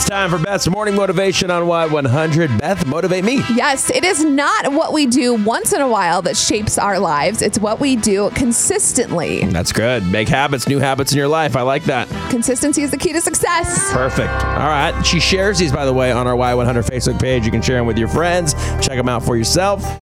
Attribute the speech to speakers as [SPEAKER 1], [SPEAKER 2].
[SPEAKER 1] time for Beth's morning motivation on Y100. Beth, motivate me.
[SPEAKER 2] Yes, it is not what we do once in a while that shapes our lives. It's what we do consistently.
[SPEAKER 1] That's good. Make habits, new habits in your life. I like that.
[SPEAKER 2] Consistency is the key to success.
[SPEAKER 1] Perfect. All right. She shares these, by the way, on our Y100 Facebook page. You can share them with your friends. Check them out for yourself.